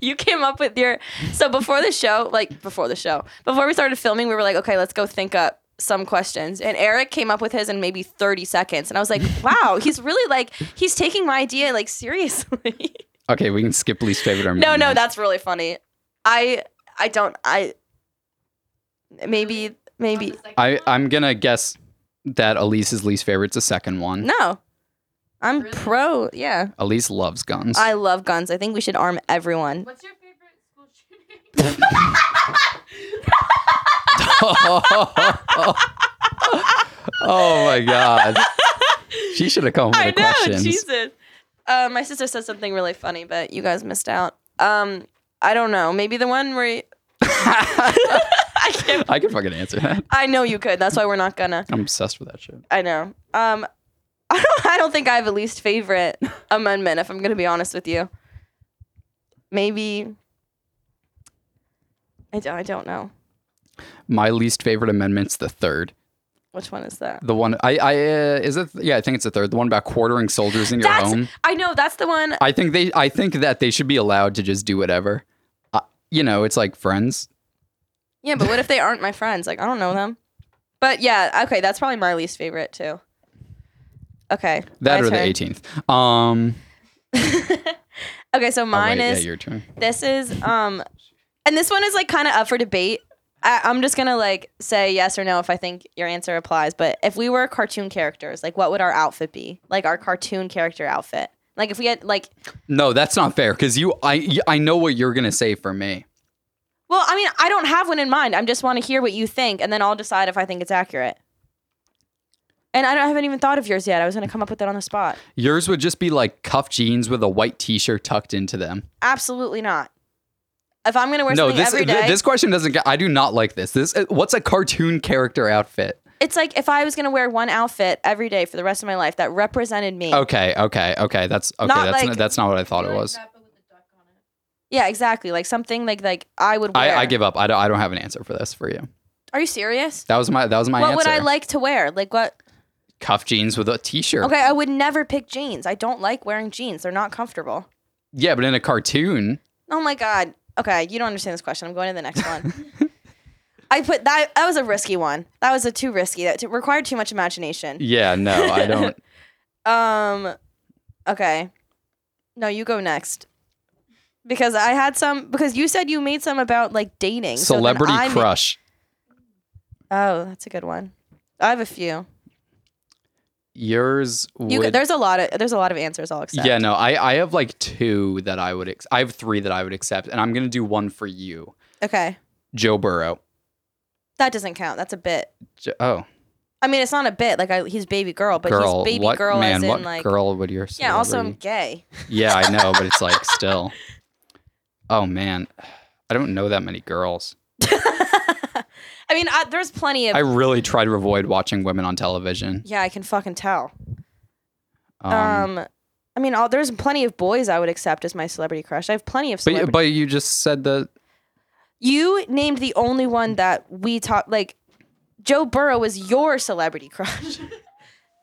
B: You came up with your so before the show, like before the show, before we started filming, we were like, okay, let's go think up some questions. And Eric came up with his in maybe 30 seconds. And I was like, wow, he's really like he's taking my idea like seriously.
A: Okay, we can skip least favorite
B: no,
A: amendment.
B: no, that's really funny. I I don't I maybe maybe
A: I I'm gonna guess that Elise's least favorite's the second one.
B: no. I'm pro, yeah.
A: Elise loves guns.
B: I love guns. I think we should arm everyone.
C: What's your favorite school shooting?
A: oh my god. She should have come with
B: I
A: the
B: know,
A: questions.
B: Jesus. Uh, my sister said something really funny, but you guys missed out. Um, I don't know. Maybe the one where you- I can't.
A: I can fucking answer that.
B: I know you could. That's why we're not gonna.
A: I'm obsessed with that shit.
B: I know. Um, I don't. I don't think I have a least favorite amendment. If I'm gonna be honest with you, maybe. I don't. I don't know
A: My least favorite amendment's the third.
B: which one is that.
A: The one I I uh, is it yeah, I think it's the third. The one about quartering soldiers in your
B: That's.
A: home.
B: I know. That's the one.
A: I think they I think that they should be allowed to just do whatever. Uh, you know, it's like friends.
B: Yeah, but what if they aren't my friends? Like, I don't know them. But yeah, okay, that's probably my least favorite too. Okay.
A: That
B: my
A: or
B: turn.
A: the 18th. Um
B: Okay, so
A: oh,
B: mine
A: wait,
B: is
A: yeah, your turn.
B: this is um and this one is like kind of up for debate. I, I'm just gonna like say yes or no if I think your answer applies. But if we were cartoon characters, like what would our outfit be? Like our cartoon character outfit. Like if we had like,
A: No, that's not fair because you, I, I know what you're gonna say for me.
B: well, I mean, I don't have one in mind. I am just want to hear what you think, and then I'll decide if I think it's accurate. And I, don't, I haven't even thought of yours yet. I was gonna come up with that on the spot.
A: Yours would just be like cuff jeans with a white T-shirt tucked into them.
B: Absolutely not. If I'm gonna wear
A: no,
B: something
A: this
B: every
A: th-
B: day,
A: this question doesn't. Get, I do not like this. This uh, what's a cartoon character outfit?
B: it's like if I was gonna wear one outfit every day for the rest of my life that represented me.
A: Okay, okay, okay. That's okay.
B: Not
A: that's
B: like-
A: n- that's not what I thought it was.
C: That, but with a duck on it.
B: Yeah, exactly. Like something like like I would
A: I,
B: wear.
A: I give up. I don't, I don't have an answer for this for you.
B: Are you serious?
A: That was my that was my
B: what
A: answer.
B: would I like to wear? Like what?
A: Cuff jeans with a T-shirt.
B: Okay, I would never pick jeans. I don't like wearing jeans. They're not comfortable.
A: Yeah, but in a cartoon,
B: Oh my god. Okay, you don't understand this question. I'm going to the next one. I put that. That was a risky one. That was a too risky. That t- required too much imagination.
A: yeah, no, I don't.
B: Um. Okay. No, you go next. Because I had some. Because you said you made some about like dating. so then
A: Celebrity
B: I ma-
A: crush.
B: Oh, that's a good one. I have a few.
A: Yours would.
B: You. c there's a lot of. There's a lot of answers. I'll accept.
A: yeah, no, I I have like two that I would. Ex- I have three that I would accept, and I'm gonna do one for you,
B: Okay.
A: Joe Burrow.
B: That doesn't count. That's a bit.
A: Jo- oh,
B: I mean, it's not a bit. Like I, he's baby girl, but
A: girl,
B: he's baby
A: what
B: girl
A: man,
B: as in
A: what
B: like
A: girl would your
B: yeah. Also,
A: celebrity-
B: I'm gay.
A: yeah, I know, but it's like still. Oh man, I don't know that many girls.
B: I mean, I, there's plenty of
A: I really try to avoid watching women on television.
B: yeah. I can fucking tell.
A: Um,
B: Um, I mean, all, there's plenty of boys I would accept as my celebrity crush. I have plenty of
A: but
B: celebrity.
A: but you just said that
B: you named the only one that we talked like. Joe Burrow is your celebrity crush.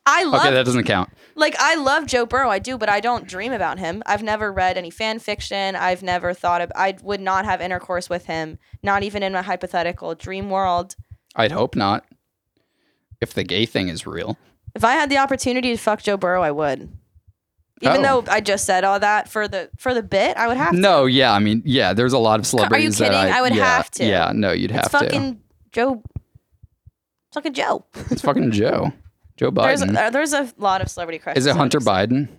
B: I love
A: okay, that doesn't count.
B: like I love Joe Burrow, I do, but I don't dream about him. I've never read any fan fiction. I've never thought of. I would not have intercourse with him, not even in my hypothetical dream world.
A: I'd hope not. If the gay thing is real,
B: If I had the opportunity to fuck Joe Burrow, I would. Even
A: Oh.
B: though I just said all that for the for the bit, I would have to.
A: no, yeah, I mean, yeah, there's a lot of celebrities. that
B: kidding? I would
A: yeah,
B: have to.
A: Yeah, no, you'd
B: It's
A: have to.
B: fucking Joe. It's fucking Joe.
A: It's fucking Joe, Joe
B: There's
A: Biden.
B: there- there's a lot of celebrity crushes.
A: is it Hunter Biden?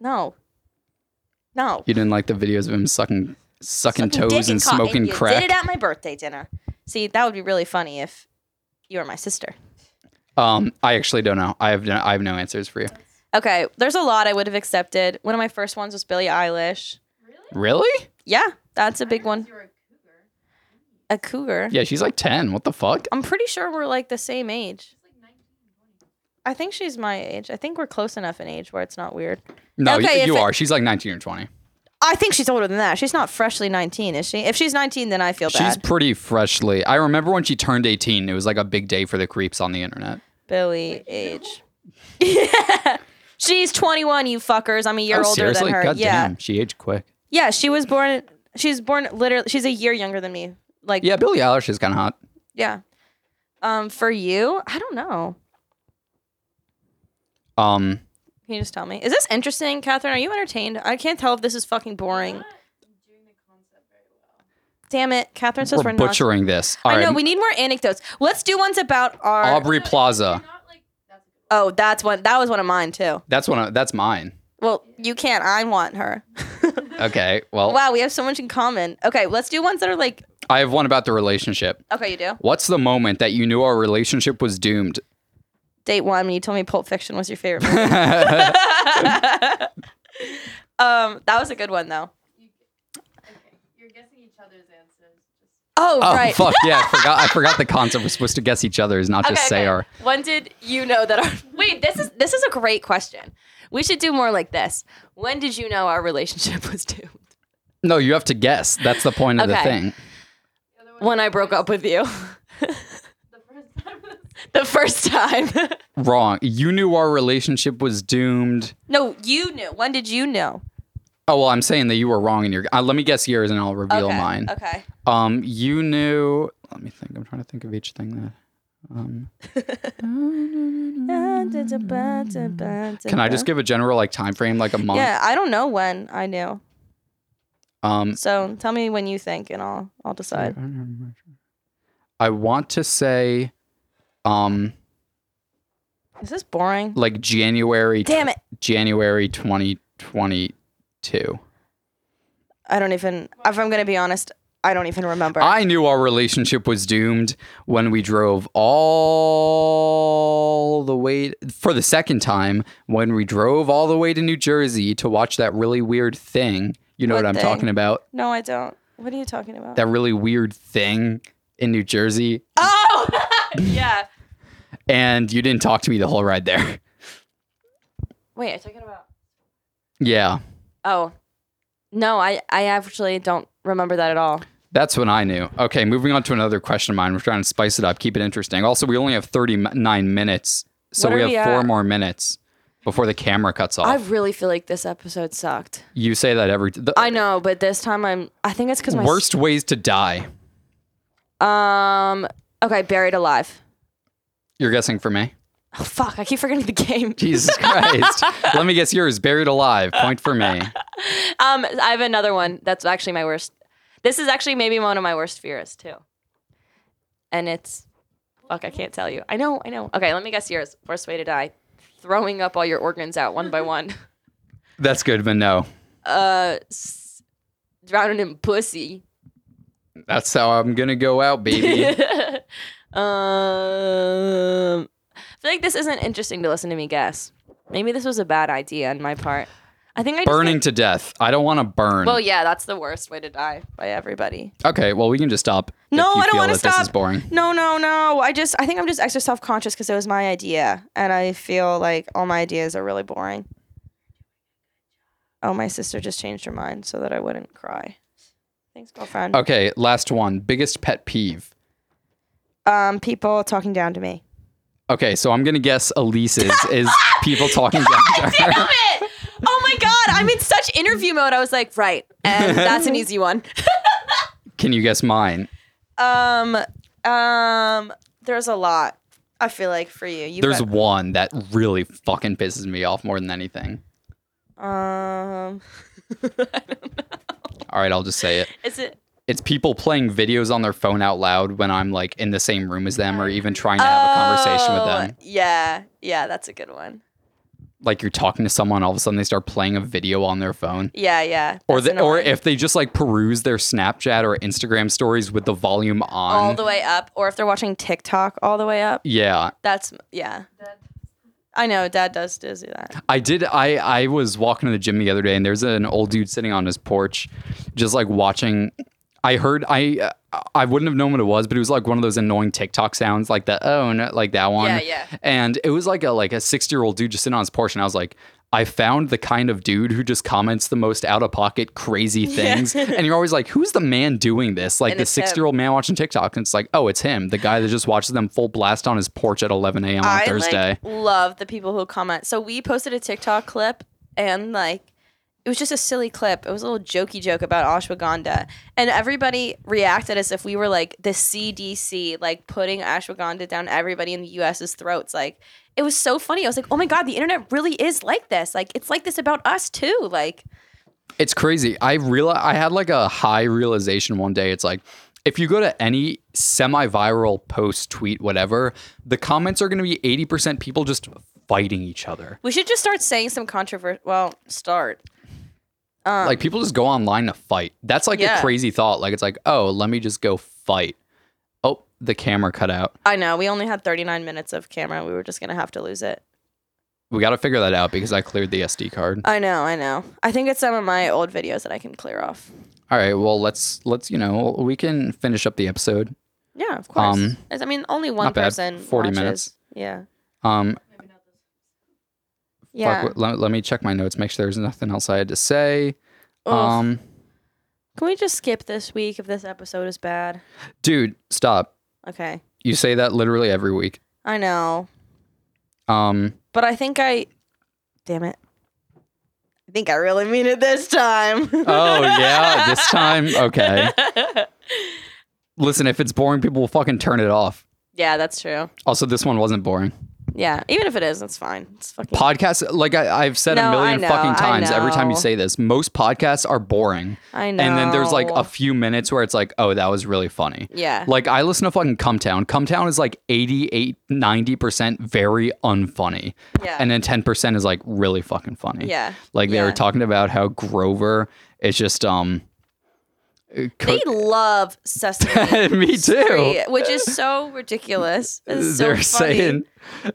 B: No. No.
A: You didn't like the videos of him sucking sucking,
B: Sucking dick
A: toes and
B: cock-
A: smoking
B: you
A: crack.
B: Did it at my birthday dinner. See, that would be really funny if you were my sister.
A: um, I actually don't know. I have no, I have no answers for you.
B: Okay, there's a lot I would have accepted. One of my first ones was Billie Eilish.
C: Really?
A: Really?
B: Yeah, that's a
C: I
B: big
C: realized
B: one.
C: you were a cougar.
B: A cougar.
A: Yeah, she's like ten. What the fuck?
B: I'm pretty sure we're like the same age.
C: She's like 19, 20.
B: I think she's my age. I think we're close enough in age where it's not weird.
A: No, y-
B: Okay, if
A: you
B: it-
A: are. She's like nineteen or twenty.
B: I think she's older than that. She's not freshly 19, is she? If she's 19, then I feel
A: She's
B: bad.
A: pretty freshly. I remember when she turned eighteen. It was like a big day for the creeps on the internet.
B: Billie age. yeah. She's 21, you fuckers. I'm a
A: oh,
B: year older
A: seriously?
B: than her.
A: God
B: yeah.
A: damn, she aged quick.
B: Yeah, she was born. She's born literally. She's a year younger than me. Like
A: Yeah, Billie Eilish is kind of hot.
B: yeah. Um, for you, I don't know.
A: Um,
B: Can you just tell me? Is this interesting, Catherine? Are you entertained? I can't tell if this is fucking
C: You're
B: boring.
C: not doing the concept very well.
B: Damn it, Catherine says
A: we're,
B: we're, not.
A: butchering this. All
B: I
A: right,
B: know Oh, we need more anecdotes. Let's do ones about our.
A: Aubrey
C: No,
A: Plaza.
C: You're not like, that's a good one.
B: Oh, that's one. That was one of mine too.
A: That's one. Of, that's mine.
B: Well, you can't. I want her.
A: Okay. Well,
B: wow, we have so much in common. Okay, let's do ones that are like.
A: I have one about the relationship.
B: Okay, you do.
A: What's the moment that you knew our relationship was doomed?
B: Date one when you told me Pulp Fiction was your favorite. Movie.
A: I
B: um, that was a good one though.
C: You, okay. You're guessing each other's answers. Just
B: Oh,
A: oh
B: right.
A: fuck yeah! I forgot. I forgot the concept. We're supposed to guess each other's, not just
B: Okay,
A: say
B: okay.
A: our.
B: When did you know that our Wait, this is this is a great question. We should do more like this. When did you know our relationship was doomed?
A: No, you have to guess. That's the point of the
B: Okay.
A: thing.
C: the other one
B: When
C: was
B: I broke up with you.
C: The first time was
B: the first time.
A: Wrong. You knew our relationship was doomed.
B: no, you knew. When did you know?
A: Oh well, I'm saying that you were wrong in your. Uh, let me guess yours, and I'll reveal
B: okay.
A: mine.
B: Okay.
A: Um, you knew. Let me think. I'm trying to think of each thing that. Um, can
B: Can
A: I just give a general like time frame, like a month?
B: Yeah, I don't know when I knew.
A: Um,
B: So tell me when you think and I'll I'll decide.
A: Um, I want to say, um,
B: This is boring.
A: like January,
B: Damn it.
A: January 2022.
B: I don't even, if I'm going to be honest, I don't even remember.
A: I knew our relationship was doomed when we drove all the way for the second time when we drove all the way to New Jersey to watch that really weird thing. You know what,
B: What
A: I'm
B: thing?
A: talking about?
B: no, I don't. What are you talking about?
A: That really weird thing in New Jersey.
B: oh, yeah.
A: And you didn't talk to me the whole ride there.
B: Wait, are you talking about?
A: yeah.
B: Oh, no, I, I actually don't remember that at all.
A: That's when I knew. Okay, moving on to another question of mine. We're trying to spice it up, keep it interesting. Also, we only have 39 minutes, so
B: What
A: we
B: are
A: have
B: we
A: four
B: at?
A: more minutes before the camera cuts off.
B: I really feel like this episode sucked.
A: you say that every the
B: I know, but this time I'm, I think it's because my.
A: worst ways to die.
B: Um, okay, buried alive.
A: You're guessing for me.
B: Oh, fuck, I keep forgetting the game.
A: Jesus Christ. Let me guess yours. Buried alive. Point for me.
B: Um, I have another one that's actually my worst. This is actually maybe one of my worst fears too. And it's fuck, I can't tell you. I know, I know. Okay, let me guess yours. Worst way to die. Throwing up all your organs out one by one.
A: That's good, but no.
B: Uh s- drowning in pussy.
A: That's how I'm gonna go out, baby.
B: um I feel like this isn't interesting to listen to me guess. Maybe this was a bad idea on my part. I think I just
A: Burning to death. I don't want to burn.
B: well, yeah, that's the worst way to die by everybody.
A: okay, well we can just stop. if
B: No,
A: you
B: I don't
A: feel
B: wanna
A: that This is
B: stop.
A: boring.
B: No, no, no. I just, I think I'm just extra self conscious because it was my idea. And I feel like all my ideas are really boring. Oh, my sister just changed her mind so that I wouldn't cry. Thanks, girlfriend.
A: Okay, last one. Biggest pet peeve.
B: Um, people talking down to me.
A: Okay, so I'm gonna guess Elise's is people talking down to her.
B: it! Oh my God. I'm in such interview mode. I was like, right. And that's an easy one.
A: Can you guess mine?
B: Um, um, there's a lot. I feel like for you, you
A: There's one that really fucking pisses me off more than anything.
B: um,
A: All right, I'll just say it.
B: is it?
A: it's people playing videos on their phone out loud when I'm like in the same room as them or even trying to have a conversation with them.
B: Oh, Yeah, yeah, that's a good one.
A: Like you're talking to someone, all of a sudden they start playing a video on their phone.
B: Yeah, yeah.
A: Or,
B: that's
A: the, or
B: annoying.
A: if they just like peruse their Snapchat or Instagram stories with the volume
B: all
A: on.
B: the way up, or if they're watching TikTok all the way up.
A: yeah.
B: That's yeah.
C: Dad,
B: I know Dad does does do that.
A: I did. I I was walking to the gym the other day, and there's an old dude sitting on his porch, just like watching. I heard. I I wouldn't have known what it was, but it was like one of those annoying TikTok sounds, like the oh, no, like that one.
B: Yeah, yeah.
A: And it was like a like a sixty year old dude just sitting on his porch, and I was like. I found the kind of dude who just comments the most out of pocket crazy things. and you're always like, who's the man doing this? Like
B: And
A: the
B: it's him.
A: 60 year old man watching TikTok. And it's like, oh, it's him, the guy that just watches them full blast on his porch at 11 a.m. on
B: I
A: Thursday.
B: like love the people who comment. So we posted a TikTok clip and like it was just a silly clip. It was a little jokey joke about ashwagandha. And everybody reacted as if we were like the CDC, like putting ashwagandha down everybody in the US's throats. Like it was so funny. I was like, oh my God, the internet really is like this. Like it's like this about us too. Like
A: It's crazy. I real I had like a high realization one day. It's like if you go to any semi-viral post, tweet, whatever, the comments are going to be 80% people just fighting each other.
B: we should just start saying some controversial well, start. Um,
A: Like people just go online to fight. That's like a
B: Yeah.
A: crazy thought. Like it's like, "Oh, let me just go fight." Oh, the camera cut out.
B: I know. We only had 39 minutes of camera. We were just going to have to lose it.
A: We got to figure that out because I cleared the SD card.
B: I know, I know. I think it's some of my old videos that I can clear off.
A: All right, well, let's let's, you know, we can finish up the episode.
B: Yeah, of course.
A: Um,
B: As- I mean, only one
A: not bad.
B: person.
A: 40
B: watches.
A: minutes.
B: Yeah.
A: Um
C: maybe not this.
B: Yeah.
A: fuck, let, let me check my notes, make sure there's nothing else I had to say.
B: Ugh.
A: Um
B: can we just skip this week if this episode is bad?
A: dude, stop.
B: Okay.
A: You say that literally every week.
B: I know,
A: Um,
B: but I think I. Damn it. I think I really mean it this time.
A: oh yeah, this time okay. Listen, if it's boring, people will fucking turn it off.
B: yeah, that's true.
A: Also, this one wasn't boring.
B: Yeah. Even if it is, it's fine. It's fucking.
A: Podcasts, like I, I've said
B: No,
A: a
B: I
A: million
B: know,
A: fucking
B: I
A: times every time you
B: know.
A: say this, most podcasts are boring.
B: I know.
A: And then there's like a few minutes where it's like, oh, that was really funny.
B: Yeah.
A: Like I listen to fucking Cumtown. Cumtown is like 88, 90% very unfunny.
B: Yeah.
A: And then 10% is like really fucking funny.
B: yeah.
A: Like they were
B: Yeah.
A: talking about how Grover is just, um,
B: They love Sesame
A: me too.
B: Street, which is so ridiculous. It's so
A: They're
B: funny.
A: saying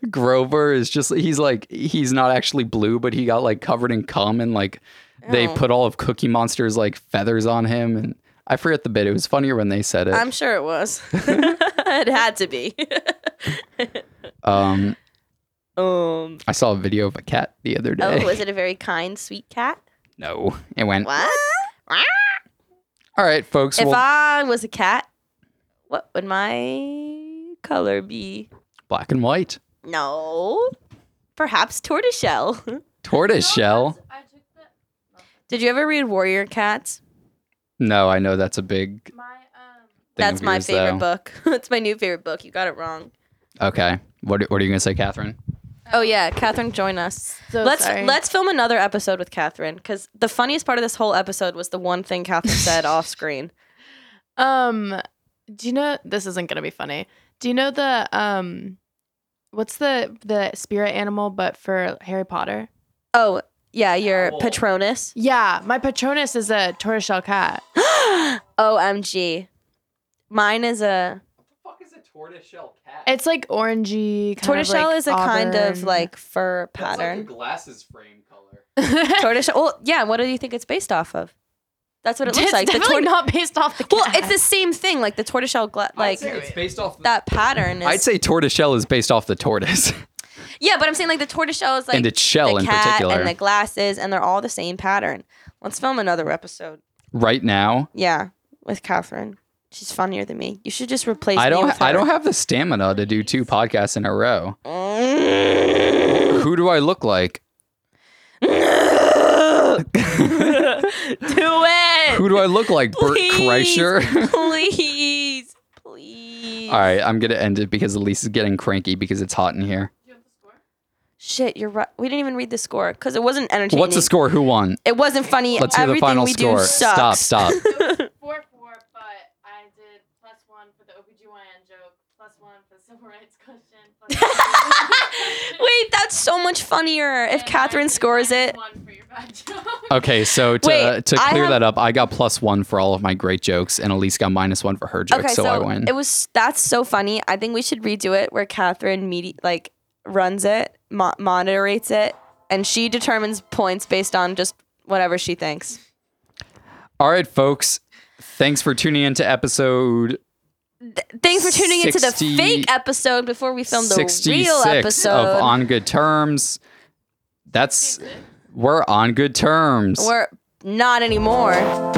A: Grover is just he's like he's not actually blue, but he got like covered in cum and like they
B: Oh.
A: put all of Cookie Monster's like feathers on him and I forget the bit. It was funnier when they said it.
B: I'm sure it was. it had to be.
A: um
B: um.
A: I saw a video of a cat the other day.
B: Oh, was it a very kind, sweet cat?
A: No. It went
B: What?
A: all right, folks.
B: if
A: Mm. Well,
B: I was a cat, what would my color be?
A: black and white.
B: No. Perhaps tortoiseshell.
A: Tortoise shell.
C: I took the.
B: Did you ever read Warrior Cats?
A: No, I know that's a big thing.
C: My um.
B: That's
A: of
B: my
A: yours,
B: favorite
A: though.
B: book. That's my new favorite book. You got it wrong.
A: Okay. What what are you gonna say, Catherine?
B: Oh yeah, Catherine, join us.
D: So
B: let's
D: sorry.
B: let's film another episode with Catherine because the funniest part of this whole episode was the one thing Catherine said off screen.
D: Um, do you know this isn't gonna be funny? Do you know the um, what's the the spirit animal but for Harry Potter?
B: Oh yeah, your Patronus.
D: Yeah, my Patronus is a tortoiseshell cat.
B: Omg, mine is a
A: What the fuck is a tortoise shell cat?
D: It's like orangey. Kind
B: tortoiseshell
D: of like
B: is a kind of
D: auburn.
B: like fur pattern.
A: glasses frame color.
B: tortoiseshell. Well, yeah. What do you think it's based off of? That's what it
D: It's
B: looks like.
D: definitely
B: tortoise.
D: not based off the. Cat.
B: well, it's the same thing. Like the tortoiseshell, gla- like
A: based off
B: that pattern. Is,
A: I'd say tortoiseshell is based off the tortoise
B: yeah, but I'm saying like the tortoiseshell is like
A: and its shell
B: the
A: in
B: cat
A: particular.
B: and the glasses, and they're all the same pattern. Let's film another episode.
A: right now,
B: Yeah, with Catherine. She's funnier than me. You should just replace
A: I
B: me
A: don't
B: with her.
A: I don't have the stamina to do two podcasts in a row.
B: Mm.
A: Who do I look like?
B: Do it.
A: Who do I look like? Bert
B: Please.
A: Kreischer?
B: Please. Please.
A: All right, I'm going to end it because Elise is getting cranky because it's hot in here.
C: Do you have the score?
B: Shit, you're right. We didn't even read the score because it wasn't entertaining.
A: What's the score? Who won?
B: It wasn't funny.
A: Let's hear
B: Everything
A: the final
B: we
A: score.
B: do sucks.
A: Stop, stop.
C: It was four four, but I did plus one for the OBGYN joke, plus one for the civil rights question. Plus one for
B: Wait, that's so much funnier if
C: And
B: Catherine
C: minus-
B: scores
C: minus
B: it.
C: One for your bad joke.
A: Okay, so to,
B: Wait,
A: to
B: I
A: clear
B: have-
A: that up, I got plus one for all of my great jokes, and Elise got minus one for her jokes,
B: Okay,
A: so,
B: so,
A: I win.
B: it was that's so funny. I think we should redo it where Catherine medi- like runs it, mo- moderates it, and she determines points based on just whatever she thinks.
A: all right, folks, thanks for tuning in to episode
B: Thanks for tuning into the
A: 60
B: fake episode before we filmed the
A: 66
B: real
A: of
B: episode.
A: On Good Terms. That's we're on good terms.
B: We're not anymore.